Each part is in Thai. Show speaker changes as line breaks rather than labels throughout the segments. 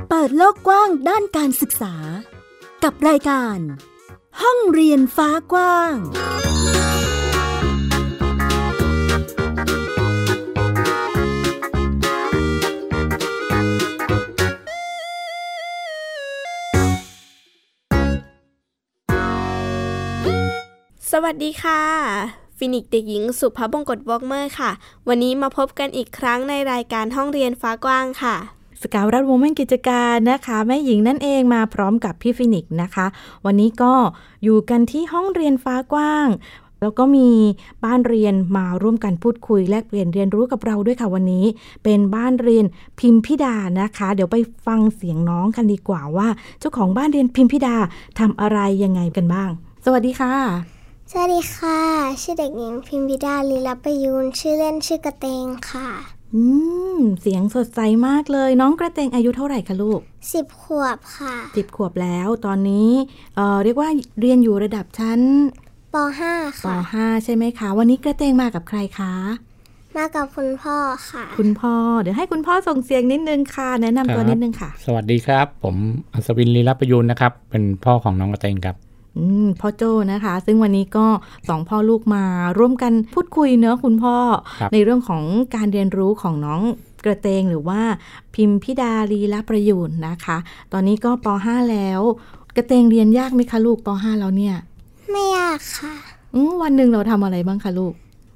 กว้างด้านการศึกษา กับรายการ ห้องเรียนฟ้ากว้าง
สวัสดีค่ะ ฟินิกซ์เด็กหญิงสุภาพบงกตวอกเมอร์ค่ะ วันนี้มาพบกันอีกครั้งในรายการห้องเรียนฟ้ากว้างค่ะ
สกาวรัฐวงศ์แม่นกิจการนะคะแม่หญิงนั่นเองมาพร้อมกับพี่ฟินิกส์นะคะ วันนี้ก็อยู่กันที่ห้องเรียนฟ้ากว้าง แล้วก็มีบ้านเรียนมาร่วมกันพูดคุยแลกเปลี่ยนเรียนรู้กับเราด้วยค่ะวันนี้ เป็นบ้านเรียนพิมพิดานะคะ เดี๋ยวไปฟังเสียงน้องกันดีกว่าว่า เจ้าของบ้านเรียนพิมพิดาทำอะไรยังไงกันบ้าง สวัสดีค่ะ
สวัสดีค่ะ ชื่อเด็กหญิงพิมพิดาลีลาประยูน ชื่อเล่นชื่อกระเตงค่ะ
อืมเสียงสดใสมากเลย น้องกระเตงอายุเท่าไหร่คะลูก
สิบขวบค่ะ
สิบขวบแล้วตอนนี้เอ่อเรียกว่าเรียนอยู่ระดับชั้น
ปห้า
ป
ค่ะ
.5 ใช่ไหมคะ วันนี้กระเตงมากับใครคะ
มากับคุณพ่อค่ะ
คุณพ่อ เดี๋ยวให้คุณพ่อส่งเสียงนิดนึงค่ะ แนะนำตัว
ครับ
นิดนึงค่ะ
สวัสดีครับ ผมอัศวินลีลาประยูนนะครับ เป็นพ่อของน้องกระเตงครับ
อืมพ่อโจนะคะ ซึ่งวันนี้ก็สองพ่อลูกมาร่วมกันพูดคุยเนอะคุณพ่อ
ครับ
ในเรื่องของการเรียนรู้ของน้องกระเตงหรือว่าพิมพิดาลีละประยูนนะคะ ตอนนี้ก็ป .5 แล้ว กระเตงเรียนยากไหมคะลูกป .5 แล้วเนี่ย
ไม่ยากค่ะ
อืมวันหนึ่งเราทำอะไรบ้างคะลูก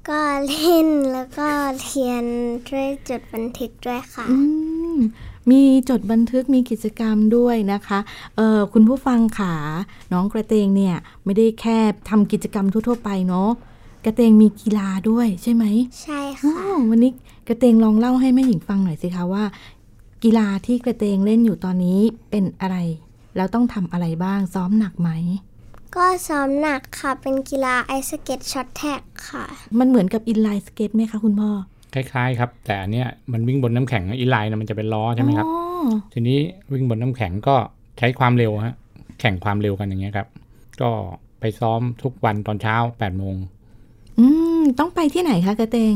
ก็เล่นแล้วก็เรียนด้วยจดบันทึกด้วยค่ะ
อืมมีจดบันทึกมีกิจกรรมด้วยนะคะเออคุณผู้ฟังขาน้องกระเตงเนี่ยไม่ได้แค่ทำกิจกรรมทั่วๆไปเนาะกระเตงมีกีฬาด้วยใช่ไหม
ใช่
อ้า
ค่ะ
ววันนี้กระเตงลองเล่าให้แม่หญิงฟังหน่อยสิคะว่า กีฬาที่กระเตงเล่นอยู่ตอนนี้เป็นอะไร แล้วต้องทำอะไรบ้างซ้อมหนักไหม
ก็ซ้อมหนักค่ะ เป็นกีฬาไอสเก็ตช็อตแท็กค่ะ
มันเหมือนกับอินไลน์สเก็ตไหมคะคุณพ่อ
คล้ายๆครับ แต่อันเนี้ยมันวิ่งบนน้ำแข็งอีไลน์นะมันจะเป็นล้อใช่ไหมครับ
อ๋อ
ทีนี้วิ่งบนน้ำแข็งก็ใช้ความเร็วฮะแข่งความเร็วกันอย่างเงี้ยครับ ก็ไปซ้อมทุกวันตอนเช้า8ปดโมง
อืมต้องไปที่ไหนคะกระเตง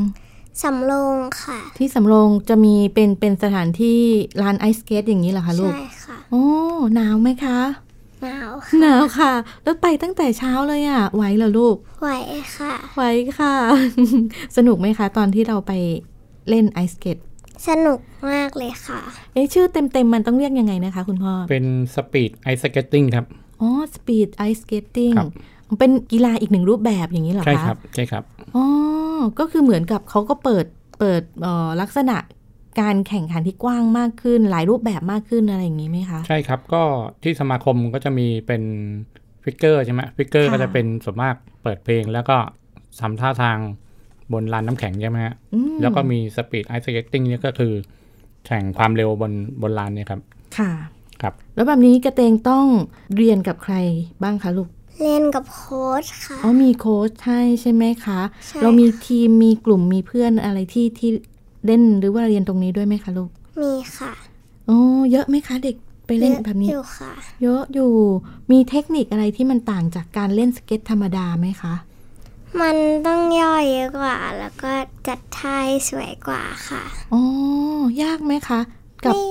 สำโรงค่ะ
ที่สำโรงจะมีเป็นเป็นสถานที่ลานไอซ์สเกตอย่างนี้เหรอคะลูก
ใช่ค่ะ
โอ้หนาวไหมคะ
หนาว
หนาวค่ะ แล้วไปตั้งแต่เช้าเลยอะ่ะไหวเหรอลูก
ไหวค่ะ
ไหวค่ะ สนุกไหมคะ ตอนที่เราไปเล่นไอซ์สเกต
สนุกมากเลยค่ะ
เอ๊ะชื่อเต็มเต็มๆมันต้องเรียกยังไงนะคะคุณพ่อ
เป็นสปีดไอสเกตติ้งครับ
อ๋อสปีดไอซ์สเกตติ้ง
ครับ
เป็นกีฬาอีกหนึ่งรูปแบบอย่างนี้เหรอคะ
ใช่ครับใช่ครับ
อ๋อก็คือเหมือนกับเขาก็เปิดเปิดเอ่อลักษณะการแข่งขันที่กว้างมากขึ้น หลายรูปแบบมากขึ้นอะไรอย่างนี้ไหมคะ
ใช่ครับก็ที่สมาคมก็จะมีเป็นฟิกเกอร์ใช่ไหมฟิกเกอร์
ค่ะ
ก็จะเป็นส่วนมากเปิดเพลง แล้วก็ทำท่าทางบนลานน้ำแข็งใช่ไหมฮะ
อืม
แล้วก็มีสปีดไอ e ์สเก็ตติ้งนี่ยก็คือ แข่งความเร็วบนบนลานเนี่ยครับ
ค่ะ
ครับ
แล้วแบบนี้กระเตงต้องเรียนกับใครบ้างคะลูก
เล่นกับโค้ชค่ะ
อ๋อมีโค้ชให้ใช่ไหมคะ
ใช่
เรามีทีมมีกลุ่มมีเพื่อนอะไรที่ที่เล่นหรือว่าเรียนตรงนี้ด้วยไหมคะลูก
มีค่ะ
โอ้เยอะไหมคะเด็กไปเล่นแบบนี้
อยู่ค่ะ
เยอะอยู่ มีเทคนิคอะไรที่มันต่างจากการเล่นสเก็ตธรรมดาไหมคะ
มันต้องย่อยเยอะกว่า แล้วก็จัดท่ายสวยกว่าค่ะ
อ๋อยากไหมคะ กับ
ไม่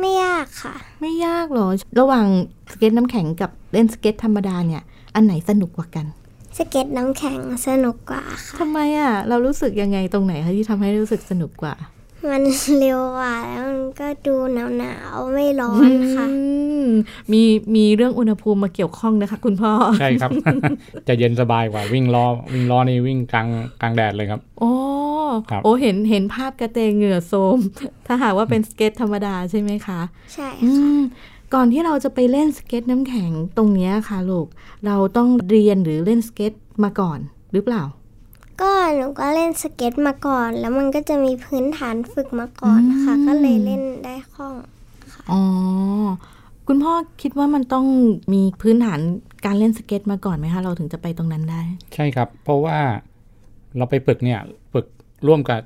ไม่ยากค่ะ
ไม่ยากหรอ ระหว่างสเก็ตน้ำแข็งกับเล่นสเก็ตธรรมดาเนี่ย อันไหนสนุกกว่ากัน
สเก็ตน้ำแข็งสนุกกว่าค่ะ
ทำไมอ่ะ เรารู้สึกยังไงตรงไหนคะที่ทำให้รู้สึกสนุกกว่า
มันเร็วกว่าแล้วมันก็ดูหนาวหนาวๆไม่ร้อนค่ะ
อืมมีมีเรื่องอุณหภูมิมาเกี่ยวข้องนะคะคุณพ่อ
ใช่ ครับ จะเย็นสบายกว่าวิ่งล้อวิ่งล้อนี่วิ่งกลางกลางแดดเลยครับ
โอ้
ครับ
โอ้เห็นเห็นภาพกระเตงเหงื่อโทม ถ้าหากว่าเป็นสเก็ตธรรมดาใช่ไหมคะ
ใช่
อืม ก่อนที่เราจะไปเล่นสเก็ตน้ำแข็งตรงเนี้ยค่ะลูก เราต้องเรียนหรือเล่นสเก็ตมาก่อนหรือเปล่า
ก็หนูก็เล่นสเก็ตมาก่อน แล้วมันก็จะมีพื้นฐานฝึกมาก่อนค่ะ
อืม
ก็เลยเล่นได้คล่อง
อ๋อ คุณพ่อคิดว่ามันต้องมีพื้นฐานการเล่นสเก็ตมาก่อนไหมคะ เราถึงจะไปตรงนั้นได้
ใช่ครับ เพราะว่าเราไปฝึกเนี่ยฝึกร่วมกับ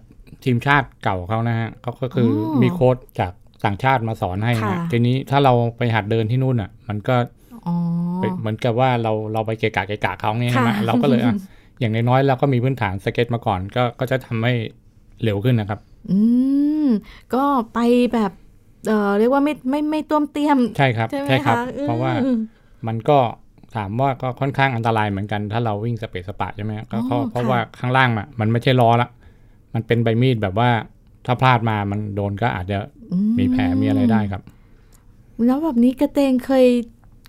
ทีมชาติเก่าเขานะฮะเขาก็คืออ
อ
มีโค้ชจากต่างชาติมาสอนให้นะฮะ
ค่ะ
ทีนี้ถ้าเราไปหัดเดินที่นู่นอ่ะ มันก็
อ๋อ
เป็นเหมือนกับว่าเราเราไปเกะกะเกะกะเขาเนี่ยใช่ไหม
ค่ะ
เราก็เลยอ่ะอย่างน้อยๆเราก็มีพื้นฐานสเก็ตมาก่อน ก็ก็จะทำให้เร็วขึ้นนะครับ
อืม ก็ไปแบบ เอ่อเรียกว่าไม่ไม่ไม่ต้วมเตี้ยม
ใช่ครับ
ใช่ไหม
ครับ
คะอืม
เพราะว่ามันก็ถามว่าก็ค่อนข้างอันตรายเหมือนกัน ถ้าเราวิ่งสเปซสปะใช่ไหมก็เพราะ
อ๋อ
เพราะ
ค่ะ
ว่าข้างล่างอะมันไม่ใช่ล้อละมันเป็นใบมีดแบบว่าถ้าพลาดมามันโดนก็อาจจะ
อื
มีแผลมีอะไรได้ครับ
แล้วแบบนี้กระเตงเคย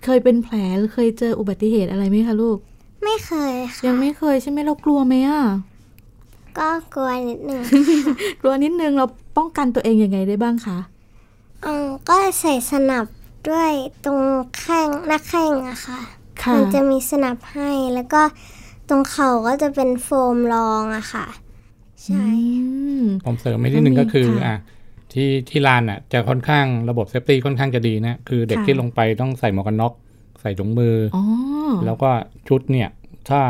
เคยเป็นแผลหรือเคยเจออุบัติเหตุอะไรไหมคะลูก
ไม่เคยค่ะ
ยังไม่เคยใช่ไหมเรากลัวไหมอ่ะ
ก็กลัวนิดหนึ่ ง
กลัวนิดนึงเราป้องกันตัวเองยังไงได้บ้างคะ
อืมก็ใส่สนับด้วยตรงแข้งหน้าแข้งอะค่ะ
ค่ะ
มันจะมีสนับให้แล้วก็ตรงเข่าก็จะเป็นโฟมรองอะค่ะ ใช่
อืม
ผมเสริมไม่ที่หนึ่ง
ก็
ก็
มี
คือ
ค่ะ
อ่ะที่ที่ลานอ่ะจะค่อนข้างระบบเซฟตี้ค่อนข้างจะดีนะ คือเด็ก
ค่ะ
ที่ลงไปต้องใส่หมวกกันน็อก ใส่ถุงมืออ
อ๋อ
แล้วก็ชุดเนี่ย ถ้า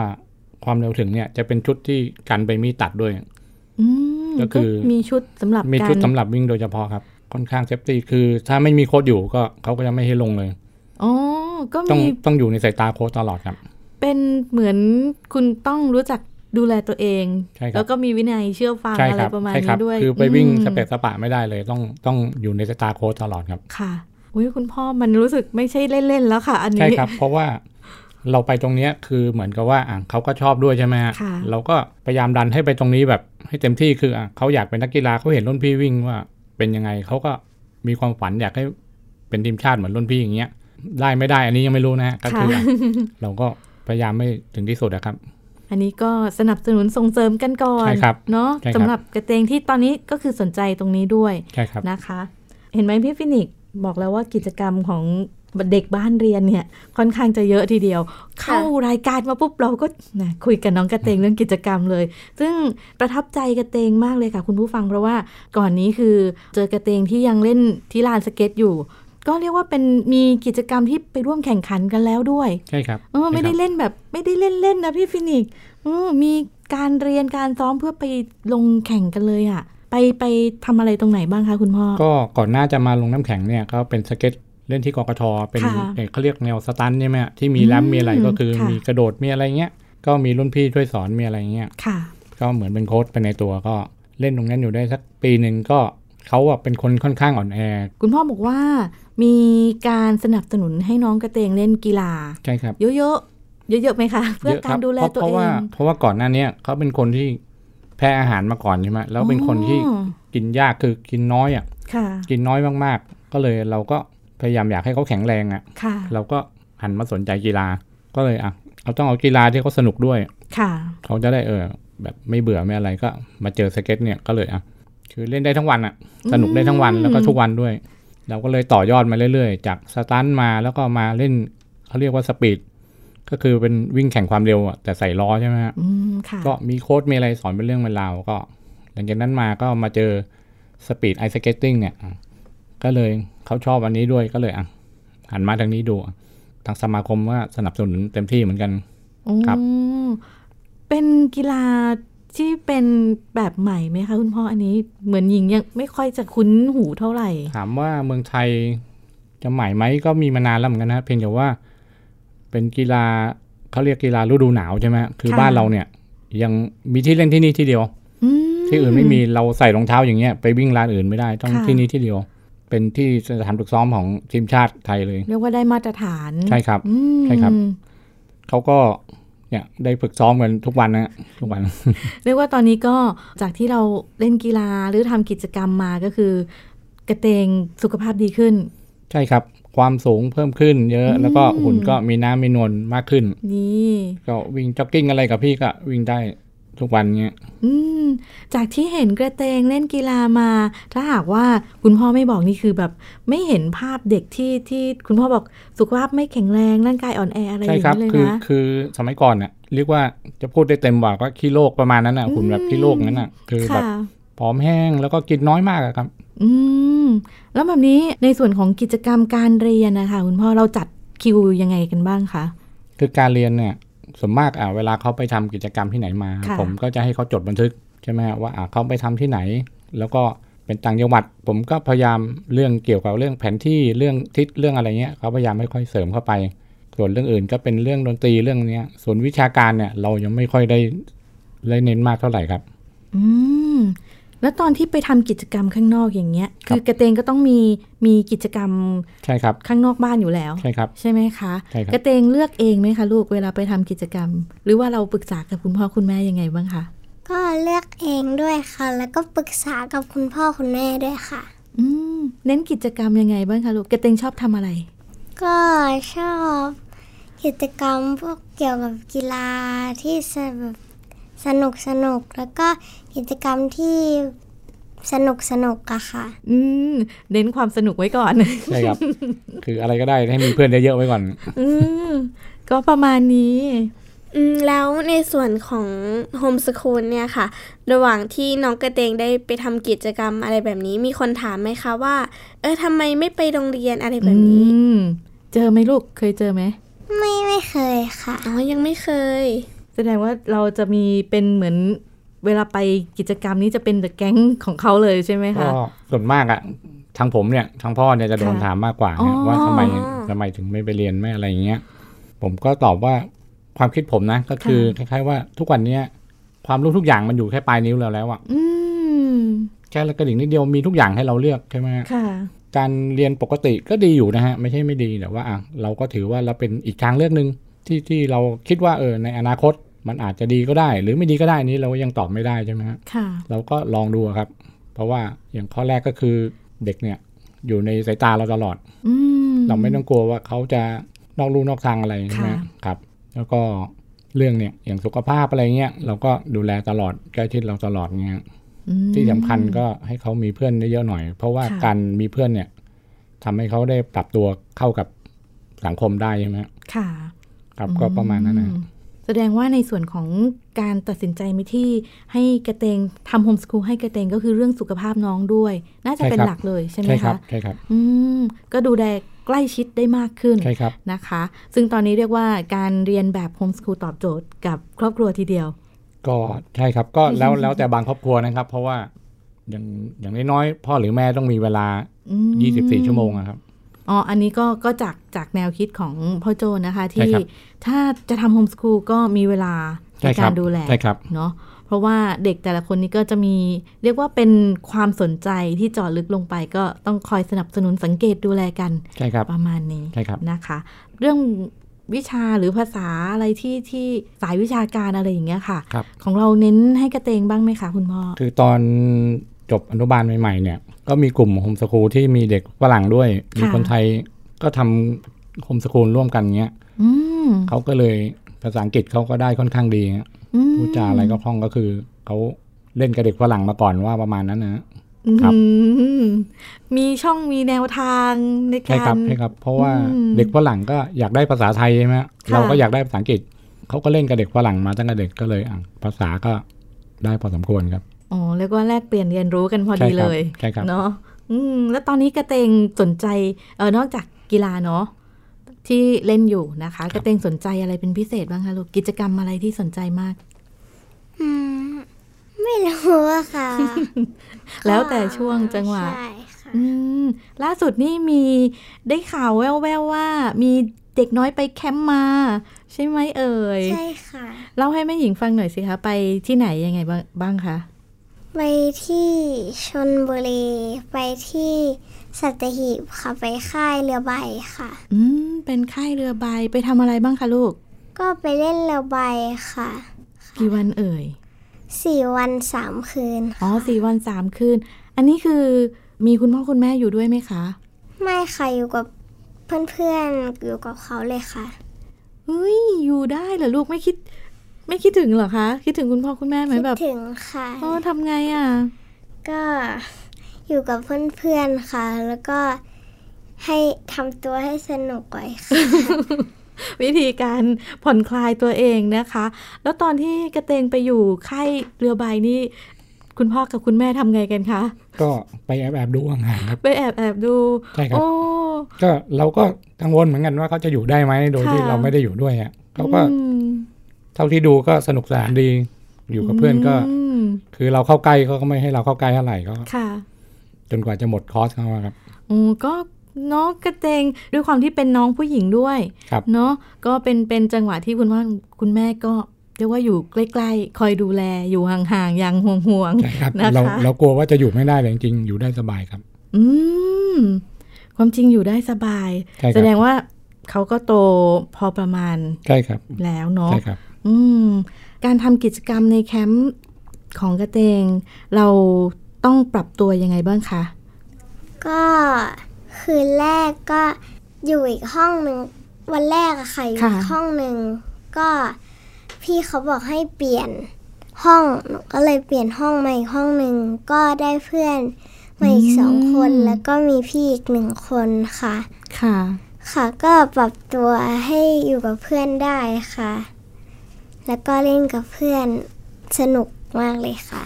ความเร็วถึงเนี่ยจะเป็นชุดที่กันไปมีดตัดด้วย
อืม
ก็คือ
มีชุดสำหรับ
มีชุด
การ
สำหรับวิ่งโดยเฉพาะครับ ค่อนข้างเซฟตี้คือถ้าไม่มีโค้ดอยู่ก็เขาก็จะไม่ให้ลงเลย
อ๋อก็
ต้อง
มี
ต้องอยู่ในสายตาโค้ดตลอดครับ
เป็นเหมือนคุณต้องรู้จักดูแลตัวเอง
ใช่ครับ
แล้วก็มีวินัยเชื่อฟัง
ใช่
อะ
ค
ไร
รั
ประมาณ
ใช่ครั
นี้ด้วย
คือไปวิ่ง
ม
สเปซสปะไม่ได้เลยต้องต้องอยู่ในสายตาโค้ดตลอดครับ
ค่ะอุ้ยคุณพ่อมันรู้สึกไม่ใช่เล่น ๆ แล้วค่ะ อันนี้
ใช่ครับ เพราะว่าเราไปตรงเนี้ยคือเหมือนกับว่าอ่ะเขาก็ชอบด้วยใช่ไหมฮะ
ค่ะ
เราก็พยายามดันให้ไปตรงนี้แบบให้เต็มที่คืออ่ะเขาอยากเป็นนักกีฬาเขาเห็นรุ่นพี่วิ่งว่าเป็นยังไงเขาก็มีความฝันอยากให้เป็นทีมชาติเหมือนรุ่นพี่อย่างเงี้ย ได้ไม่ได้อันนี้ยังไม่รู้นะฮะก็คืออ่ะเราก็พยายามไม่ถึงที่สุดนะครับ
อันนี้ก็สนับสนุนส่งเสริมกันก่อน
ใช่ครับ
เนาะ
ใช่ครับ
สำหรับกระเตงที่ตอนนี้ก็คือสนใจตรงนี้ด้วย
ใช่ครับ
นะคะ เห็นไหมพี่ฟินิกซ์บอกแล้วว่ากิจกรรมของเด็กบ้านเรียนเนี่ยค่อนข้างจะเยอะทีเดียว เข้ารายการมาปุ๊บเราก็นะคุยกับน้องกระเตงเรื่องกิจกรรมเลย ซึ่งประทับใจกระเตงมากเลยค่ะคุณผู้ฟังเพราะว่าก่อนนี้คือเจอกระเตงที่ยังเล่นที่ลานสเก็ตอยู่ ก็เรียกว่าเป็นมีกิจกรรมที่ไปร่วมแข่งขันกันแล้วด้วย
ใช่ครับ
เออไม่ได้เล่นแบบไม่ได้เล่นเล่นๆนะพี่ฟินิกซ์เออมีการเรียนการซ้อมเพื่อไปลงแข่งกันเลยอะ่ะ ไปไปทำอะไรตรงไหนบ้างคะคุณพ่อ
ก็ก่อนหน้าจะมาลงน้ำแข็งเนี่ยก็เป็นสเก็ตเล่นที่กกทเป็น
ค่ะ
เอ่อเขาเรียกแนวสตันใช่ไหมฮะที่มีแรมมีอะไรก็คือ
ค่ะ
มีกระโดดมีอะไรเงี้ยก็มีรุ่นพี่ช่วยสอนมีอะไรเงี้ย
ค่ะ
ก็เหมือนเป็นโค้ชไปในตัวก็เล่นตรงนั้นอยู่ได้สักปีหนึ่งก็เขาอะเป็นคนค่อนข้างอ่อนแอ
คุณพ่อบอกว่า มีการสนับสนุนให้น้องกระเตงเล่นกีฬา
ใช่ครับ
เยอะๆเยอะๆไหมคะ เพื่อ
เยะค
การ
บ
ดูแลตัวเอ
เพราะ
ง
ว่าเพราะว่าก่อนหน้าเนี้ยเขาเป็นคนที่แพ้อาหารมาก่อนใช่ไหมแล้วเป็นคนที่
อ๋อ
กินยากคือกินน้อยอ่ะ
ค่ะ
กินน้อยมากๆ ก็เลยเราก็พยายามอยากให้เขาแข็งแรงอ่ะ
ค่ะ
เราก็หันมาสนใจกีฬาก็เลยอ่ะเอาต้องเอากีฬาที่เขาสนุกด้วย
ค่ะ
เขาจะได้เออแบบไม่เบื่อไม่อะไรก็มาเจอสเก็ตเนี่ยก็เลยอ่ะคือเล่นได้ทั้งวันอ่ะ สนุกได้ทั้งวันแล้วก็ทุกวันด้วย เราก็เลยต่อยอดมาเรื่อยๆ จากสตันท์มาแล้วก็มาเล่นเขาเรียกว่าสปีดก็คือเป็นวิ่งแข่งความเร็วอ่ะแต่ใส่ล้อใช่ไหมฮะ
อืมค่ะ
ก็มีโค้ดมีอะไรสอนเป็นเรื่องเป็นราวก็ หลังจากนั้นมาก็มาเจอสปีดไอสเกตติ้งเนี่ยอ่ะก็เลยเขาชอบอันนี้ด้วยก็เลยอ่ะหันมาทางนี้ดูอ่ะทางสมาคมว่าสนับสนุนเต็มที่เหมือนกัน
อืม
ครับ
เป็นกีฬาที่เป็นแบบใหม่ไหมคะคุณพ่ออันนี้เหมือนหญิงยังไม่ค่อยจะคุ้นหูเท่าไหร่
ถามว่าเมืองไทยจะใหม่ไหมก็มีมานานแล้วเหมือนกันนะเพียงแต่ว่าเป็นกีฬาเขาเรียกกีฬาฤดูหนาวใช่ไหมคือ
ค่ะ
บ้านเราเนี่ย ยังมีที่เล่นที่นี่ที่เดียว
อืม
ที่อื่นไม่มีเราใส่รองเท้าอย่างเงี้ยไปวิ่งลานอื่นไม่ได้ต้อง
ค่ะ
ที่นี่ที่เดียว เป็นที่สถานฝึกซ้อมของทีมชาติไทยเลย
เรียกว่าได้มาตรฐาน
ใช่ครับ
อืม
ใช่ครับ เขาก็เนี่ยได้ฝึกซ้อมกันทุกวันนะทุกวัน
เรียกว่าตอนนี้ก็จากที่เราเล่นกีฬาหรือทำกิจกรรมมาก็คือ กระเตงสุขภาพดีขึ้น
ใช่ครับ ความสูงเพิ่มขึ้น เยอะ แล้วก็หุ่นก็มีน้ำมีนวลมากขึ้น
นี่
ก็วิ่งจ็อกกิ้งอะไรกับพี่ก็วิ่งได้ทุกวันเงี้ย
อืมจากที่เห็นกระเตงเล่นกีฬามา ถ้าหากว่าคุณพ่อไม่บอกนี่คือแบบไม่เห็นภาพเด็กที่ที่คุณพ่อบอกสุขภาพไม่แข็งแรงร่างกายอ่อนแออะไรอย่าง
ใช่ครับ
นี้เลย
คือ
นะ
คือ สมัยก่อนเนี่ยเรียกว่าจะพูดได้เต็มปากว่าขี้โรคประมาณนั้นอ่ะ หุ่นแบบ
อืม
ขี้โรคนั้นอ่ะ คือแบบ
ค่ะ
ผอมแห้งแล้วก็กินน้อยมากอะครับ
อืมแล้วแบบนี้ในส่วนของกิจกรรมการเรียนนะคะคุณพ่อเราจัดคิวยังไงกันบ้างคะ
คือการเรียนเนี่ย ส่วนมากอ่ะเวลาเขาไปทำกิจกรรมที่ไหนมา
ค่ะ
ผมก็จะให้เขาจดบันทึกใช่ไหมฮะว่าอ่ะเขาไปทำที่ไหน แล้วก็เป็นต่างจังหวัด ผมก็พยายามเรื่องเกี่ยวกับเรื่องแผนที่เรื่องทิศเรื่องอะไรเงี้ยเขาพยายามไม่ค่อยเสริมเข้าไป ส่วนเรื่องอื่นก็เป็นเรื่องดนตรีเรื่องเนี้ย ส่วนวิชาการเนี่ยเรายังไม่ค่อยได้ได้เน้นมากเท่าไหร่ครับ
อืม แล้วตอนที่ไปทำกิจกรรมข้างนอกอย่างเงี้ย
ครับ
คือกระเตงก็ต้องมีมีกิจกรรม
ใช่ครับ
ข้างนอกบ้านอยู่แล้ว
ใช่ครับ
ใช่ไหมคะ
ใช่ครับ
กระเตงเลือกเองไหมคะลูกเวลาไปทำกิจกรรม หรือว่าเราปรึกษากับคุณพ่อคุณแม่ยังไงบ้างคะ
ก็เลือกเองด้วยค่ะ แล้วก็ปรึกษากับคุณพ่อคุณแม่ด้วยค่ะ
อืมเน้นกิจกรรมยังไงบ้างคะลูกกระเตงชอบทำอะไร
ก็ชอบกิจกรรมพวกเกี่ยวกับกีฬาที่สแบบสนุกสนุกแล้วก็กิจกรรมที่สนุกสนุกอะค่ะ
อืมเน้นความสนุกไว้ ก่อน
ใช่ครับ คืออะไรก็ได้ให้มีเพื่อนเยอะๆไว้ก่อน
อืมก็ประมาณนี้
อืมแล้วในส่วนของโฮมส o ูลเนี่ยค่ะ ระหว่างที่น้องกระเตงได้ไปทำกิจกรรมอะไรแบบนี้ มีคนถามไหมคะว่า เออทำไมไม่ไปโรงเรียนอะไรแบ
อื
บนี้
มเจอไหมลูกเคยเจอไหม
ไม่ไม่เคยค่ะ
อ๋อยังไม่เคย
แสดงว่าเราจะมีเป็นเหมือนเวลาไปกิจกรรมนี้จะเป็นเดอะแก๊งของเขาเลยใช่ไหม
ก็
คะ
ส่วนมากอะทางผมเนี่ยทางพ่อเนี่ยจะโดน
ค่ะ
ถามมากกว่าเนี่ย
อ๋อ
ว่าทำไมทำไมถึงไม่ไปเรียนไม่อะไรอย่างเงี้ย ผมก็ตอบว่าความคิดผมนะ ก็คือคล้ายๆว่าทุกวันเนี้ยความรู้ทุกอย่างมันอยู่แค่ปลายนิ้วเราแล้วอะ
อืม
แค่กระดิ่งนิดเดียวมีทุกอย่างให้เราเลือกใช่ไหมฮะ
ค่ะ
การเรียนปกติก็ดีอยู่นะฮะไม่ใช่ไม่ดีแต่ว่าอ่ะเราก็ถือว่าเราเป็นอีกทางเลือกหนึ่งที่ที่เราคิดว่าเออในอนาคตมันอาจจะดีก็ได้ หรือไม่ดีก็ได้อันนี้เราก็ยังตอบไม่ได้ใช่ไหมฮะ
ค่ะ
เราก็ลองดูครับ เพราะว่าอย่างข้อแรกก็คือเด็กเนี่ยอยู่ในสายตาเราตลอด
อืม
เราไม่ต้องกลัวว่าเขาจะนอกลู่นอกทางอะไรใช่ไหม
ค่ะ
ครับ แล้วก็เรื่องเนี่ยอย่างสุขภาพอะไรเงี้ยเราก็ดูแลตลอดใกล้ชิดเราตลอดเงี้ย
อืม
ที่สำคัญก็ให้เขามีเพื่อนเยอะๆหน่อย เพราะว่า
ค่ะ
การมีเพื่อนเนี่ยทำให้เขาได้ปรับตัวเข้ากับสังคมได้ใช่ไหม
ค่ะ
ครับก็ประมาณนั้นนะ
อืมแสดงว่าในส่วนของการตัดสินใจมิที่ให้กระเตงทำโฮมส o ูลให้กระเตงก็คือเรื่องสุขภาพน้องด้วย น่าจะ
ใช่
เป็น
ครับ
หลักเลยใช่ไหม
ใช่ครั
คะ
บใช่ครับ
อืมก็ดูแลใกล้ชิดได้มากขึ้น
ใช่ครับ
นะคะ ซึ่งตอนนี้เรียกว่าการเรียนแบบโฮมส o ูลตอบโจทย์กับครอบครัวทีเดียว
ก็ใช่ครับก็แล้วแล้วแต่บางครอบครัวนะครับ เพราะว่าอย่างอย่างน้อยๆพ่อหรือแม่ต้องมีเวลา
อืม
24 ชั่วโมงอะครับ
อ๋อ อันนี้ก็ก็จากจากแนวคิดของพ่อโจนะคะ
ใช่
ที่
ครับ
ถ้าจะทำโฮมส o ูลก็มีเวลาใน
ใช่
การ
คั
ร
บ
ดูแล
ใช่ครับ
เนาะเพราะว่าเด็กแต่ละคนนี้ก็จะมีเรียกว่าเป็นความสนใจที่เจาะลึกลงไป ก็ต้องคอยสนับสนุนสังเกตดูแลกัน
ใช่ครับ
ประมาณนี้
ใช่ครับ
นะคะ เรื่องวิชาหรือภาษาอะไรที่ที่สายวิชาการอะไรอย่างเงี้ยค่ะ
ครับ
ของเราเน้นให้กระเตงบ้างไหมคะคุณพ่อ
คือตอนจบอนุบาลใหม่ๆเนี่ย ก็มีกลุ่มโฮมสคูลที่มีเด็กฝรั่งด้วย มีคนไทยก็ทำโฮมสคูลร่วมกันเงี้ย
อืม
เขาก็เลยภาษาอังกฤษเขาก็ได้ค่อนข้างดีฮะ
อืม
พูดจาอะไรก็คล่องก็คือเขาเล่นกับเด็กฝรั่งมาก่อนว่าประมาณนั้นนะฮะ ครับ
อืมมีช่องมีแนวทางใน
ใช่
กา
ครั
ร
บใช่ครับ เพราะว่า
อืม
เด็กฝรั่งก็อยากได้ภาษาไทยใช่ไหมฮะ
ค่ะ
เราก็อยากได้ภาษาอังกฤษเขาก็เล่นกับเด็กฝรั่งมาตั้งแต่เด็กก็เลยอ่ะภาษาก็ได้พอสมควรครับ
อ๋อเรียกว่าแลกเปลี่ยนเรียนรู้กันพอ
ใช่
ดี
ค
เล
รับ
ย
ใช่ครับ
เนาะอืมแล้วตอนนี้กระเตงสนใจเออนอกจากกีฬาเนาะที่เล่นอยู่นะคะ กระเตงสนใจอะไรเป็นพิเศษบ้างคะลูกกิจกรรมอะไรที่สนใจมาก
อืม ไม่รู้อะค่ะ
แล้วแต่ช่วงจังหวะ
ใช่ค่ะ
อืมล่าสุดนี่มีได้ข่าวแว่วๆว่า มีเด็กน้อยไปแคมป์มา ใช่ไหมเอ่ย
ใช่ค่ะ
เล่าให้แม่หญิงฟังหน่อยสิคะ ไปที่ไหนยังไงบ้างบ้างคะ
ไปที่ชนบุรีไปที่สัตหีบค่ะ ไปค่ายเรือใบค่ะ
อืม เป็นค่ายเรือใบไปทำอะไรบ้างคะลูก
ก็ไปเล่นเรือใบค่ะ
กี่วันเอ่ย
สี่วันสามคืน
อ๋อสี่วันสามคืน อันนี้คือมีคุณพ่อคุณแม่อยู่ด้วยไหมคะ
ไม่ค่ะ อยู่กับเพื่อนๆ อยู่กับเขาเลยค่ะ
เฮ้ย อยู่ได้เหรอลูกไม่คิด ไม่คิดถึงเหรอคะ คิดถึงคุณพ่อคุณแม่ไหม
คิด
แบบ
ถึงค่ะ
เออทำไงอ่ะ
ก็อยู่กับเพื่อนๆ ค่ะ แล้วก็ให้ทำตัวให้สนุกไว้ค่ะ
วิธีการผ่อนคลายตัวเองนะคะ แล้วตอนที่กระเตงไปอยู่ค่ายเรือใบนี่ คุณพ่อกับคุณแม่ทำไงกันคะ
ก็ไปแอบแอบๆดูห่างๆครับ
ไปแอบแอบดู
ใช่ครับ
โอ้
ก็เราก็กังวลเหมือนกันว่าเขาจะอยู่ได้ไหมโดย
ค่ะ
ที่เราไม่ได้อยู่ด้วยอ่ะเขาก็
อืม
เท่าที่ดูก็สนุกสนานดี อยู่กับเพื่อนก็
อืม
คือเราเข้าใกล้เขาก็ไม่ให้เราเข้าใกล้เท่าไหร่ก็
ค่ะ
จนกว่าจะหมดคอร์สเขาอะครับ
โอ้ก็เนาะกระเตงด้วยความที่เป็นน้องผู้หญิงด้วย
ครับ
เนาะก็เป็นเป็นจังหวะที่คุณว่าคุณแม่ก็ เรียกว่าอยู่ใกล้ๆ คอยดูแลอยู่ห่างๆอย่างห่วง
ใช่ครับ
นะคะ
เราเรากลัวว่าจะอยู่ไม่ได้แต่จริงๆอยู่ได้สบายครับ
ๆอืมความจริงอยู่ได้สบาย
ใช่ค
แส
รับ
ดงว่าเขาก็โตพอประมาณ
ใช่ครับ
แล้วเนาะ
ใช่ครับ
อืม การทำกิจกรรมในแคมป์ของกระเตง เราต้องปรับตัวยังไงบ้างคะ
ก็คืนแรกก็อยู่อีกห้องหนึ่งวันแรกอะค่ะอยู่อีก
ค่ะ
ห้องหนึ่งก็พี่เขาบอกให้เปลี่ยนห้องหนูก็เลยเปลี่ยนห้องมาอีกห้องหนึ่งก็ได้เพื่อนมาอีกสองคนแล้วก็มีพี่อีกหนึ่งคนค่ะ
ค่ะ
ค่ะก็ปรับตัวให้อยู่กับเพื่อนได้ค่ะ แล้วก็เล่นกับเพื่อนสนุกมากเลยค่ะ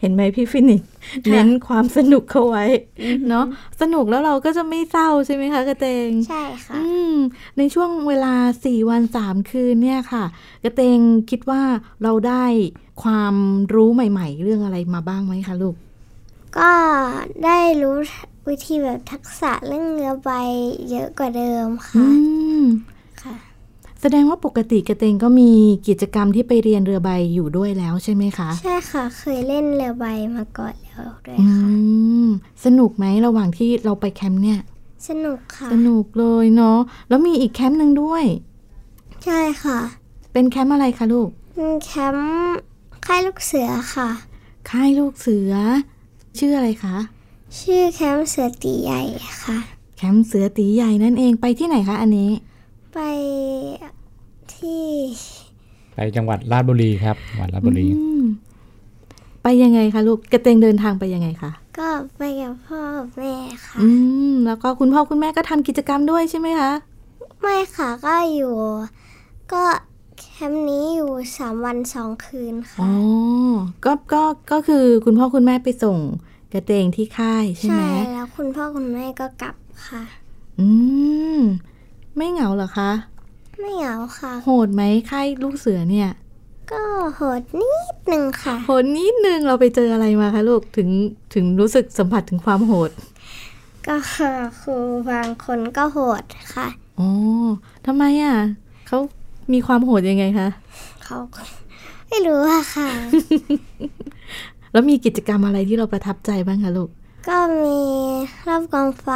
เห็นไหมพี่ฟินิกซ์เน้นความสนุกเข้าไว้เนาะสนุกแล้วเราก็จะไม่เศร้าใช่ไหมคะกระเตง
ใช่ค่ะ
อืม ในช่วงเวลา 4 วัน 3 คืนเนี่ยค่ะ กระเตงคิดว่าเราได้ความรู้ใหม่ ๆ เรื่องอะไรมาบ้างไหมคะลูก
ก็ได้รู้วิธีแบบทักษะเรื่องเงือใบเยอะกว่าเดิม
อื
ค่ะ
ม
ค่ะ
แสดงว่าปกติกระเตงก็มีกิจกรรมที่ไปเรียนเรือใบอยู่ด้วยแล้วใช่ไหมคะ
ใช่ค่ะเคยเล่นเรือใบมาก่อนแล้วด้วย
อื
ค่ะ
ม สนุกไหมระหว่างที่เราไปแคมป์เนี่ย
สนุกค่ะ
สนุกเลยเนาะ แล้วมีอีกแคมป์หนึ่งด้วย
ใช่ค่ะ
เป็นแคมป์อะไรคะลูก
เป็นแคมป์ค่ายลูกเสือค่ะ
ค่ายลูกเสือ ชื่ออะไรคะ
ชื่อแคมป์เสือตีใหญ่ค่ะ
แคมป์เสือตีใหญ่นั่นเองไปที่ไหนคะอันนี้
ไปที่
ไปจังหวัดราชบุรีครับจังหวัดราชบุรี
อืมไปยังไงคะลูกกระเตงเดินทางไปยังไงคะ
ก็ไปกับพ่อกับแม่ค่ะ
อืม แล้วก็คุณพ่อคุณแม่ก็ทำกิจกรรมด้วยใช่ไหมคะ
ไม่ค่ะก็อยู่ ก็แคมป์นี้อยู่สามวันสองคืน
อ๋
ค่ะ
อก็ก็ก็คือคุณพ่อคุณแม่ไปส่ง กระเตงที่ค่ายใช่ไหม
ใช่แล้วคุณพ่อคุณแม่ก็กลับค่ะ
อืม ไม่เหงาเหรอคะ
ไม่เหงาค่ะ
โหดไหมค่ายลูกเสือเนี่ย
ก็โหดนิดหนึ่งค่ะ
โหดนิดนึงเราไปเจออะไรมาคะลูกถึงถึงรู้สึกสัมผัสถึงความโหด
ก็ครูบางคนก็โหดค่ะ
อ๋อทำไมอ่ะเขามีความโหดยังไงคะ
เขาก็ไม่รู้อะค่ะ
แล้วมีกิจกรรมอะไรที่เราประทับใจบ้างคะลูก
ก็มีรอบกองไฟ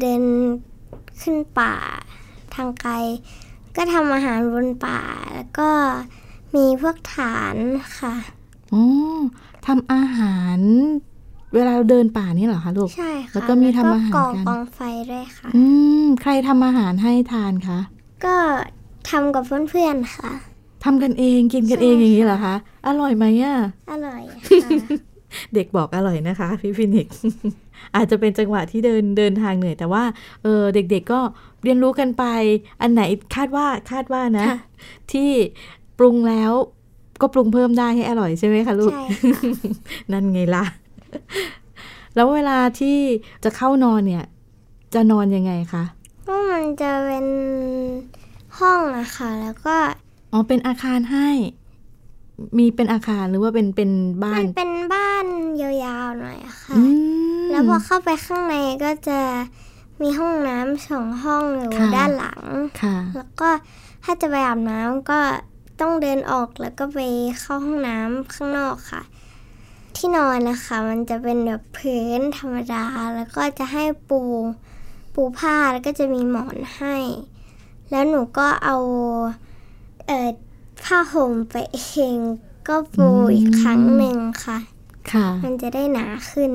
เดินขึ้นป่าทางไกล ก็ทำอาหารบนป่า แล้วก็มีพวกฐานค่ะ
อ๋อทำอาหาร เวลาเราเดินป่านี่เหรอคะลูก
ใช่ค่ะ
แล้วก็มีทำอาหารกัน
แล้วก็ก่อกองไฟด้วยค่ะ
อืม ใครทำอาหารให้ทานคะ
ก็ทำกับเพื่อนๆค่ะ
ทำกันเองกินกันเองอย่างนี้เหรอคะ อร่อยไหมอ่ะ
อร่อย ค่ะ
เด็กบอกอร่อยนะคะ พี่ฟินิกซ์ อาจจะเป็นจังหวะที่เดินเดินทางเหนื่อย แต่ว่าเออเด็กๆก็เรียนรู้กันไป อันไหนคาดว่าคาดว่านะ ที่ปรุงแล้วก็ปรุงเพิ่มได้ให้อร่อยใช่ไหมคะลูก
ใช่
นั่นไงล่ะ แล้วเวลาที่จะเข้านอนเนี่ย จะนอนยังไงคะ
ก็มันจะเป็นห้องอะค่ะ แล้วก็
อ๋อเป็นอาคารให้ มีเป็นอาคารหรือว่าเป็นเป็นบ้า
มัน นเป็นบ้านยาวๆหน่อยอะค่ะ
อืม
แล้วพอเข้าไปข้างในก็จะมีห้องน้ำสองห้องอยู่
ค่ะ
ด้านหลัง
ค่ะ
แล้วก็ถ้าจะไปอาบน้ำก็ต้องเดินออกแล้วก็ไปเข้าห้องน้ำข้างนอกค่ะ ที่นอนนะคะ มันจะเป็นแบบพื้นธรรมดา แล้วก็จะให้ปู ปูผ้าแล้วก็จะมีหมอนให้ แล้วหนูก็เอาเอ่อผ้าห่มไปเองก็ปูอีกครั้งหนึ่งค่ะ
ค่ะ
มันจะได้หนาขึ้น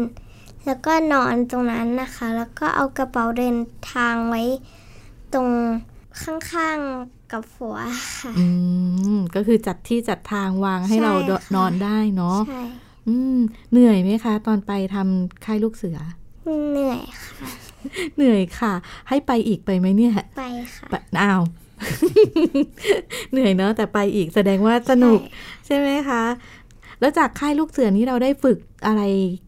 แล้วก็นอนตรงนั้นนะคะ แล้วก็เอากระเป๋าเดินทางไว้ตรงข้างๆกับหัวค่ะ
อืม ก็คือจัดที่จัดทางวางให้
ใช่
เรา
ค่ะ
นอนได้เนาะ
ใช่
อืม เหนื่อยไหมคะ ตอนไปทำค่ายลูกเสือ
เหนื่อยค่ะ
เหนื่อยค่ะ ให้ไปอีกไปไหมเนี่ย
ไปค่ะ
ปะอ้าว เหนื่อยเนาะแต่ไปอีกแสดงว่าสนุกใช่ไหมคะ แล้วจากค่ายลูกเสือนี้เราได้ฝึกอะไร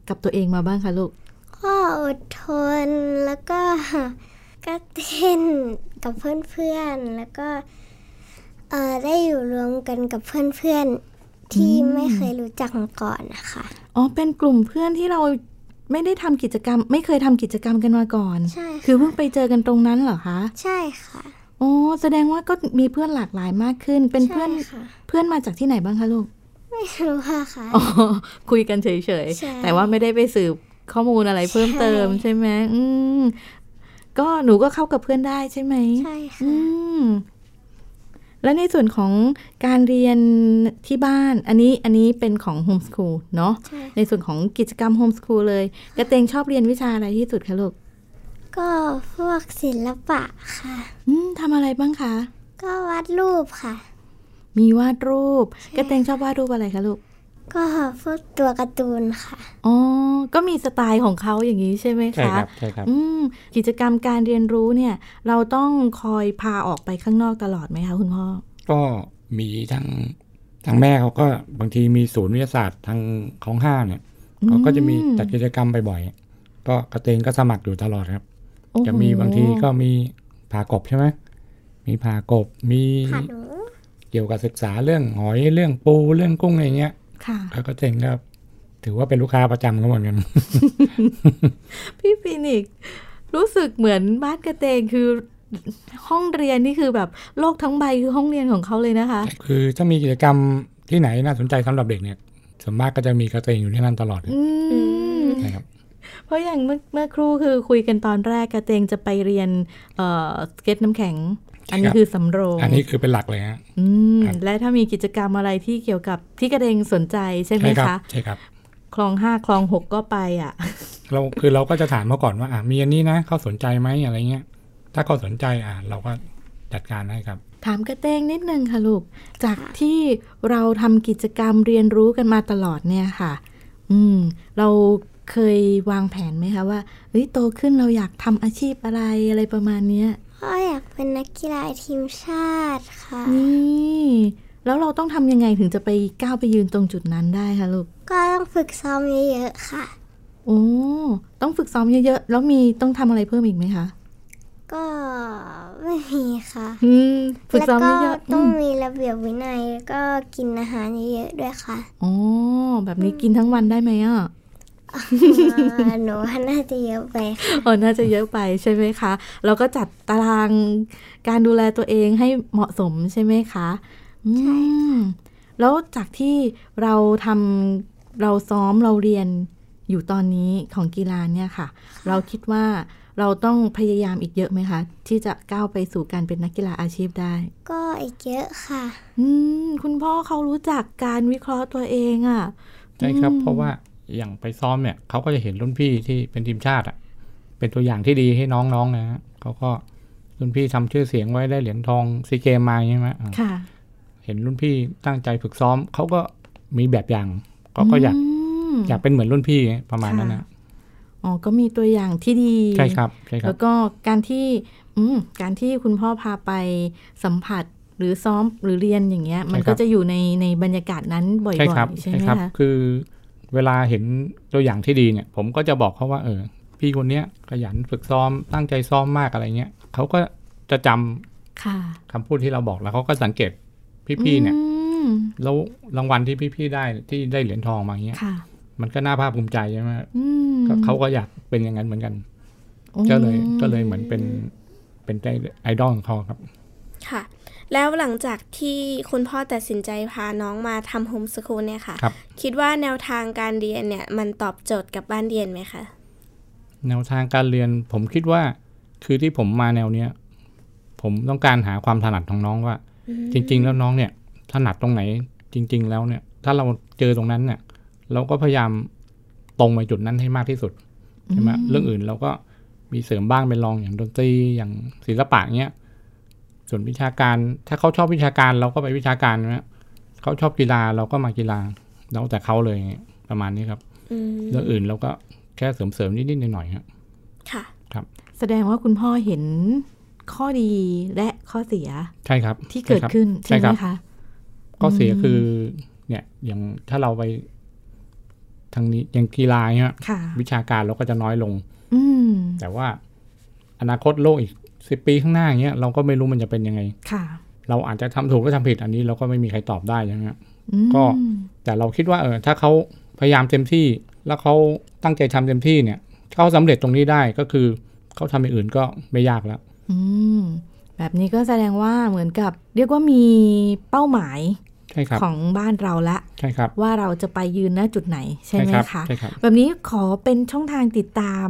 กับตัวเองมาบ้างคะลูก
ก็อดทนแล้วก็ ก็เต้นกับเพื่อนๆ แล้วก็เอ่อได้อยู่รวมกันกับเพื่อนๆ ที่ไม่เคยรู้จักมาก่อนนะคะ
อ๋อเป็นกลุ่มเพื่อนที่เราไม่ได้ทำกิจกรรม ไม่เคยทำกิจกรรมกันมาก่อน
ใช่
คือเพิ่งไปเจอกันตรงนั้นเหรอคะ
ใช่ค่ะ
อ๋อแสดงว่าก็มีเพื่อนหลากหลายมากขึ้น เป็นเพื่อน
ใช่ค่ะ
เพื่อนมาจากที่ไหนบ้างคะลูก
ไม่รู้อะค่ะ
อ๋อ คุยกันเฉย
ใช่
ๆ แต่ว่าไม่ได้ไปสืบข้อมูลอะไรเพิ่มเติม
ใช่
ใช่ไหมอืมก็หนูก็เข้ากับเพื่อนได้ใช่ไหม
ใช่
อื
ค่ะ
ม แล้วในส่วนของการเรียนที่บ้าน อันนี้อันนี้เป็นของโฮมสคูลเนาะ
ใช่ค่ะ
ในส่วนของกิจกรรมโฮมสคูลเลย กระเตงชอบเรียนวิชาอะไรที่สุดคะลูก
ก็พวกศิลปะค่ะ
อืมทำอะไรบ้างคะ
ก็วาดรูปค่ะ
มีวาดรูป กระเตงชอบวาดรูปอะไรคะลูก
ก็พวกตัวการ์ตูนค่ะ
อ๋อ ก็มีสไตล์ของเขาอย่างนี้ใช่ไหมคะ
ใช่ครับใช่ครับ
อืมกิจกรรมการเรียนรู้เนี่ย เราต้องคอยพาออกไปข้างนอกตลอดไหมคะคุณพ่อ
ก็มีทางทางแม่เขาก็บางทีมีศูนย์วิทยาศาสตร์ทางของห้าเนี่ย
อืม
เขาก็จะมีจัดกิจกรรมบ่อยๆก็กระเตงก็สมัครอยู่ตลอดครับ
โอ้โห
จะมีบางทีก็มีผ่ากบใช่ไหมมีผ่ากบมี
ค่ะหนู
เกี่ยวกับศึกษาเรื่องหอยเรื่องปูเรื่องกุ้งอะไรเงี้ย
ค่ะ
แล้วก็เจงครับ ถือว่าเป็นลูกค้าประจำเขาเหมือนกัน
พี่ฟินิกซ์รู้สึกเหมือนบ้านกระเตงคือห้องเรียนนี่คือแบบโลกทั้งใบคือห้องเรียนของเขาเลยนะคะ
คือถ้ามีกิจกรรมที่ไหนน่าสนใจสำหรับเด็กเนี่ยส่วนมากก็จะมีกระเตงอยู่ที่นั่นตลอดเลย
อืม
นะครับ
เพราะอย่างเมื่อเมื่อครู่คือคุยกันตอนแรกกระเตงจะไปเรียนเอ่อสเก็ตน้ำแข็ง อันนี้
ครับ
คือสำโรง
อันนี้คือเป็นหลักเลยฮะ
อืม
ครับ
และถ้ามีกิจกรรมอะไรที่เกี่ยวกับที่กระเตงสนใจใช่ไหม
ใช่ครับ
คะ
ใช่ครับ
คลองห้าคลองหกก็ไปอ่ะ
เราคือเราก็จะถามเขาก่อนว่าอ่ะมีอันนี้นะเขาสนใจไหมอะไรเงี้ย ถ้าเขาสนใจอ่ะเราก็จัดการให้ครับ
ถามกระเตงนิดนึงค่ะลูก จากที่เราทำกิจกรรมเรียนรู้กันมาตลอดเนี่ยค่ะ อืม เราเคยวางแผนไหมคะว่าเฮ้ยโตขึ้นเราอยากทำอาชีพอะไรอะไรประมาณเนี้ย
พ่ออยากเป็นนักกีฬาทีมชาติค่ะ
นี่ แล้วเราต้องทำยังไงถึงจะไปก้าวไปยืนตรงจุดนั้นได้คะลูก
ก็ต้องฝึกซ้อมเยอะๆค่ะ
โอ้ต้องฝึกซ้อมเยอะๆ แล้วมีต้องทำอะไรเพิ่มอีกไหมคะ
ก็ไม่มีค่ะ
อืม ฝึก
แล้ว
ซ้อม
ก็
เยอะๆ
ต้
อื
อง
ม
มีระเบียบวินัยแล้วก็กินอาหารเยอะๆด้วย ค่ะ
อ๋อแบบนี้กินทั้งวันได้ไหมอ่ะ
อ่าหนูว่าน่าจะเยอะไปค่ะ
โอ้น่าจะเยอะไปใช่ไหมคะ เราก็จัดตารางการดูแลตัวเองให้เหมาะสมใช่ไหมคะอืมแล้วจากที่เราทำเราซ้อมเราเรียนอยู่ตอนนี้ของกีฬาเนี่ยค่ะ เราคิดว่าเราต้องพยายามอีกเยอะไหมคะ ที่จะก้าวไปสู่การเป็นนักกีฬาอาชีพได้
ก็อีกเยอะค่ะ
อืมคุณพ่อเขารู้จักการวิเคราะห์ตัวเองอะ่ะ
ใช่ครับ
อืม
เพราะว่าอย่างไปซ้อมเนี่ยเขาก็จะเห็นรุ่นพี่ที่เป็นทีมชาติอ่ะ เป็นตัวอย่างที่ดีให้น้องๆนะฮะเขาก็รุ่นพี่ทำชื่อเสียงไว้ได้เหรียญทองซีเกมมาใช่ไหมอ่ะ
ค่ะ
เห็นรุ่นพี่ตั้งใจฝึกซ้อมเขาก็มีแบบอย่างเขาก็อยาก
ม
อยากเป็นเหมือนรุ่นพี่ประมาณนั้น
ค่ะ
นะ
อ๋อก็มีตัวอย่างที่ดี
ใช่ครับใช่ครั
แล้
บ
วก็การที่อืมการที่คุณพ่อพาไปสัมผัสหรือซ้อมหรือเรียนอย่างเงี้ย มัน
ใช่ครั
ก็
บ
จะอยู่ในในบรรยากาศนั้นบ่อย
ใช่ครับ
ๆใช่ไหม
ครั
คะ
คือเวลาเห็นตัวอย่างที่ดีเนี่ย ผมก็จะบอกเขาว่า เออ พี่คนเนี้ยขยันฝึกซ้อมตั้งใจซ้อมมากอะไรเงี้ยเขาก็จะจำ
ค่ะ
คำพูดที่เราบอกแล้วเขาก็สังเกตพี่ๆเนี่ย
อืม
แล้วรางวัลที่พี่ๆได้ที่ได้เหรียญทองมาเงี้ย
ค่ะ
มันก็น่าภาคภูมิใจใช่ไหม
อืม
ก็เขาก็อยากเป็นอย่างนั้นเหมือนกัน
โอ้
ก็เลยก็เลยเหมือนเป็นเป็นไอดอลของเขาครับ
ค่ะ แล้วหลังจากที่คุณพ่อตัดสินใจพาน้องมาทำโฮมสคูลเนี่ยค่ะ
ครับ
คิดว่าแนวทางการเรียนเนี่ยมันตอบโจทย์กับบ้านเรียนไหมคะ
แนวทางการเรียนผมคิดว่าคือที่ผมมาแนวเนี้ย ผมต้องการหาความถนัดของน้องว่า จริง ๆ แล้วน้องเนี่ย ถนัดตรงไหนจริง ๆ แล้วเนี่ย ถ้าเราเจอตรงนั้นเนี่ย เราก็พยายามตรงไปจุดนั้นให้มากที่สุดใช่ไหมเรื่องอื่นเราก็มีเสริมบ้างเป็นรองอย่างดนตรีอย่างศิลปะเนี้ยส่วนวิชาการถ้าเขาชอบวิชาการเราก็ไปวิชาการนะเขาชอบกีฬาเราก็มากีฬาแล้วแต่เขาเลยประมาณนี้ครับ
อืม
เรื่องอื่นเราก็แค่เสริมๆนิดๆหน่อยๆครับ
ค่ะ
แสดงว่าคุณพ่อเห็นข้อดีและข้อเสีย
ใช่ครับ
ที่เกิด
ใช่ครับ
ขึ้นใช่ไหม
ใช่ครั
คะ
บ ข้อเสียคือ เนี่ยอย่างถ้าเราไปทางนี้อย่างกีฬาเนี่ย
ค่ะ
วิชาการเราก็จะน้อยลง
อืม
แต่ว่าอนาคตโลกอีกสิปีข้างหน้าเนี้ยเราก็ไม่รู้มันจะเป็นยังไง
ค่ะ
เราอาจจะทำถูกหรือทำผิดอันนี้เราก็ไม่มีใครตอบได้ใช่ไหมฮะ
อืม
ก็ แต่เราคิดว่าเออถ้าเขาพยายามเต็มที่ แล้วเขาตั้งใจทำเต็มที่เนี่ยเขาสำเร็จตรงนี้ได้ก็คือเขาทำอย่างอื่นก็ไม่ยากแล้ว
อืม แบบนี้ก็แสดงว่าเหมือนกับ เรียกว่ามีเป้าหมาย
ใช่ครับ
ของบ้านเราละ
ใช่ครับ
ว่าเราจะไปยืนณจุดไหนใช่ไหม
ครับ
คะ
ใช่ครับ
แบบนี้ขอเป็นช่องทางติดตาม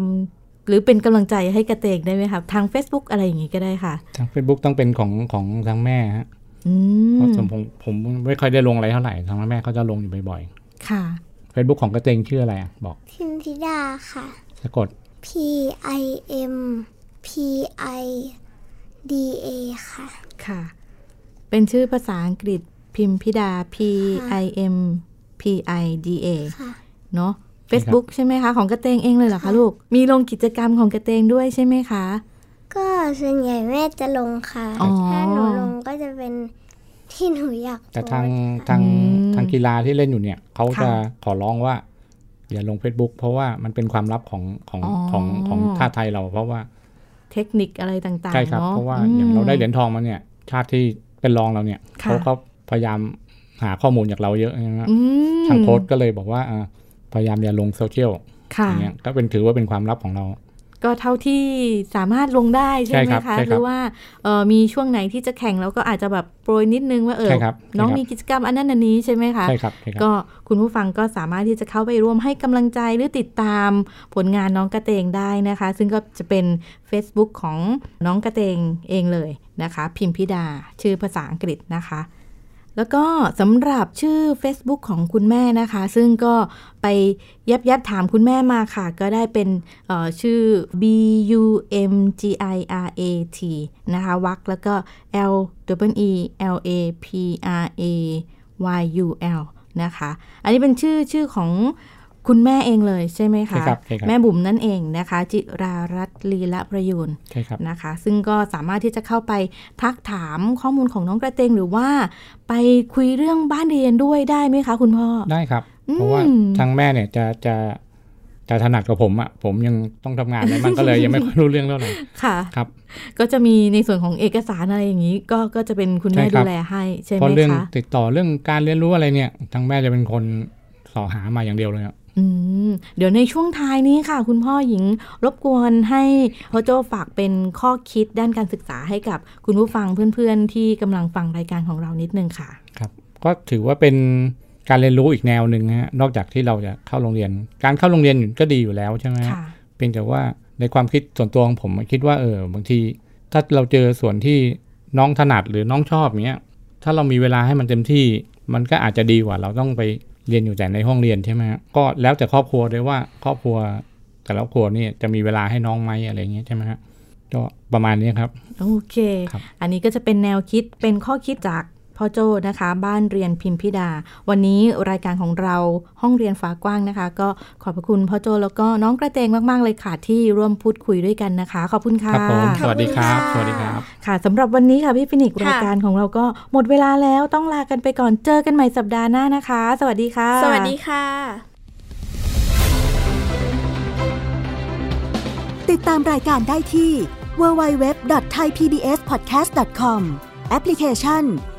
หรือเป็นกำลังใจให้กระเตงได้ไหมคะทาง Facebook อะไรอย่างงี้ก็ได้ค่ะ
ทาง Facebook ต้องเป็นของของทางแม่ฮะ
อื
เพ
ม
ราะผมผมไม่ค่อยได้ลงอะไรเท่าไหร่ทางแม่เขาจะลงอยู่บ่อย
ค่ะ
ๆ Facebook ของกระเจงชื่ออะไรอ่ะบอก
พิมพิดาค่ะ
สะกด
P I M P I D A ค่ะ
ค่ะ เป็นชื่อภาษาอังกฤษพิมพิดา P I M P I D A
ค่ะ
เนอะ Facebook ใช่ไหมคะของกระเตงเองเลยเหรอคะลูก มีลงกิจกรรมของกระเตงด้วยใช่ไหมคะ
ก็ส่วนใหญ่แม่จะลงค่ะ
อ๋อ
ถ้าหนูลงก็จะเป็นที่หนูอยาก
แต่
โพส
ทาง
ต์
ทาง
อืม
ทางกีฬาที่เล่นอยู่เนี่ยเขาจะ
ค่ะ
ขอร้องว่า อย่าลง Facebook เพราะว่ามันเป็นความลับของของ
อ๋อ
ของของชาติไทยเรา เพราะว่า
เทคนิคอะไรต่าง
ใช่
ๆ
ครับ
เนาะ
เพราะว่าอย่างเราได้เหรียญทองมาเนี่ย ชาติที่เป็นรองเราเนี่ย
ค่ะ
เขาก็พยายามหาข้อมูลจากเราเยอะนะฮะ
อืม
ทางโค้ชก็เลยบอกว่าอ่าพยายามอย่าลงโซเชียล
ค่ะ
อย่างเงี้ยก็เป็นถือว่าเป็นความลับของเรา
ก็เท่าที่สามารถลงได้ใช่ไหม
ใช่ครับ
คะ
ใช่ครับ
หรือว่าเอ่อมีช่วงไหนที่จะแข่งแล้วก็อาจจะแบบโปรยนิดนึงว่าเออ
ใช่ครับ
น้อง
ใช่ครับ
มีกิจกรรมอันนั้นอันนี้ใช่ไหมคะ
ใช่ครับใช่ครับ
ก็คุณผู้ฟังก็สามารถที่จะเข้าไปร่วมให้กำลังใจหรือติดตามผลงานน้องกระเตงได้นะคะ ซึ่งก็จะเป็น Facebook ของน้องกระเตงเองเลยนะคะ พิมพิดาชื่อภาษาอังกฤษนะคะ แล้วก็สำหรับชื่อ Facebook ของคุณแม่นะคะ ซึ่งก็ไปยับยับถามคุณแม่มาค่ะ ก็ได้เป็นเอ่อชื่อ B U M G I R A T นะคะวักแล้วก็ L W E L A P R A Y U L นะคะ อันนี้เป็นชื่อชื่อของคุณแม่เองเลยใช่ไหมคะ
ใช่ครับใช่ครับ
แม่บุ๋มนั่นเองนะคะ จิรารัตน์ลีละประยูน
ใช่ครับ
นะคะซึ่งก็สามารถที่จะเข้าไปทักถามข้อมูลของน้องกระเตงหรือว่า ไปคุยเรื่องบ้านเรียนด้วยได้ไหมคะคุณพ่อ
ได้ครับ
อืม
เพราะว่าทางแม่เนี่ยจะจะจะถนัดกับผมอะ่ะ ผมยังต้องทำงานอะไรมันก็เลย ยังไม่ค่อยรู้เรื่องเท่าไหร่
ค่ะ
ครับ
ก็จะมีในส่วนของเอกสารอะไรอย่างนี้ ก็ก็จะเป็นคุณแม่ดูแลให้ใช่ไห
เพราะ
ม
เรื่อง
คะ
ติดต่อเรื่องการเรียนรู้อะไรเนี่ยทางแม่จะเป็นคนสอหามาอย่างเดียวเลยอะ
อืมเดี๋ยวในช่วงท้ายนี้ค่ะ คุณพ่อหญิงรบกวนให้พ่อโจฝากเป็นข้อคิดด้านการศึกษาให้กับคุณผู้ฟังเพื่อนๆ ที่กำลังฟังรายการของเรานิดนึงค่ะ
ครับ ก็ถือว่าเป็นการเรียนรู้อีกแนวหนึ่งฮะนอกจากที่เราจะเข้าโรงเรียน การเข้าโรงเรียนก็ดีอยู่แล้วใช่ไหมฮะ
ค่ะ
เพียงแต่ว่าในความคิดส่วนตัวของผมคิดว่าเออบางที ถ้าเราเจอส่วนที่น้องถนัดหรือน้องชอบเนี้ยถ้าเรามีเวลาให้มันเต็มที่ มันก็อาจจะดีกว่า เราต้องไปเรียนอยู่แต่ในห้องเรียนใช่ไหมฮะก็แล้วแต่ครอบครัวด้วยว่าครอบครัวแต่ละครอบครัวเนี่ยจะมีเวลาให้น้องไหมอะไรอย่างเงี้ยใช่ไหมฮะก็ประมาณนี้ครับ
โอเค
ครับ
อันนี้ก็จะเป็นแนวคิด เป็นข้อคิดจากพ่อโจนะคะ บ้านเรียนพิมพิดา วันนี้รายการของเราห้องเรียนฟ้ากว้างนะคะ ก็ขอบพระคุณพ่อโจแล้วก็น้องกระเตงมาก ๆ เลยค่ะ ที่ร่วมพูดคุยด้วยกันนะคะ ขอบคุณค่ะ
ครับผมสวัสดีครับ สวัสดีครับ
ค่ะสำหรับวันนี้ค่ะพี่ฟินิกส์
ค่ะ
รายการของเราก็หมดเวลาแล้วต้องลากันไปก่อน เจอกันใหม่สัปดาห์หน้านะคะ สวัสดีค่ะ
สวัสดีค่ะ
ติดตามรายการได้ที่ www.thaipbspodcast.com แอปพลิเคชัน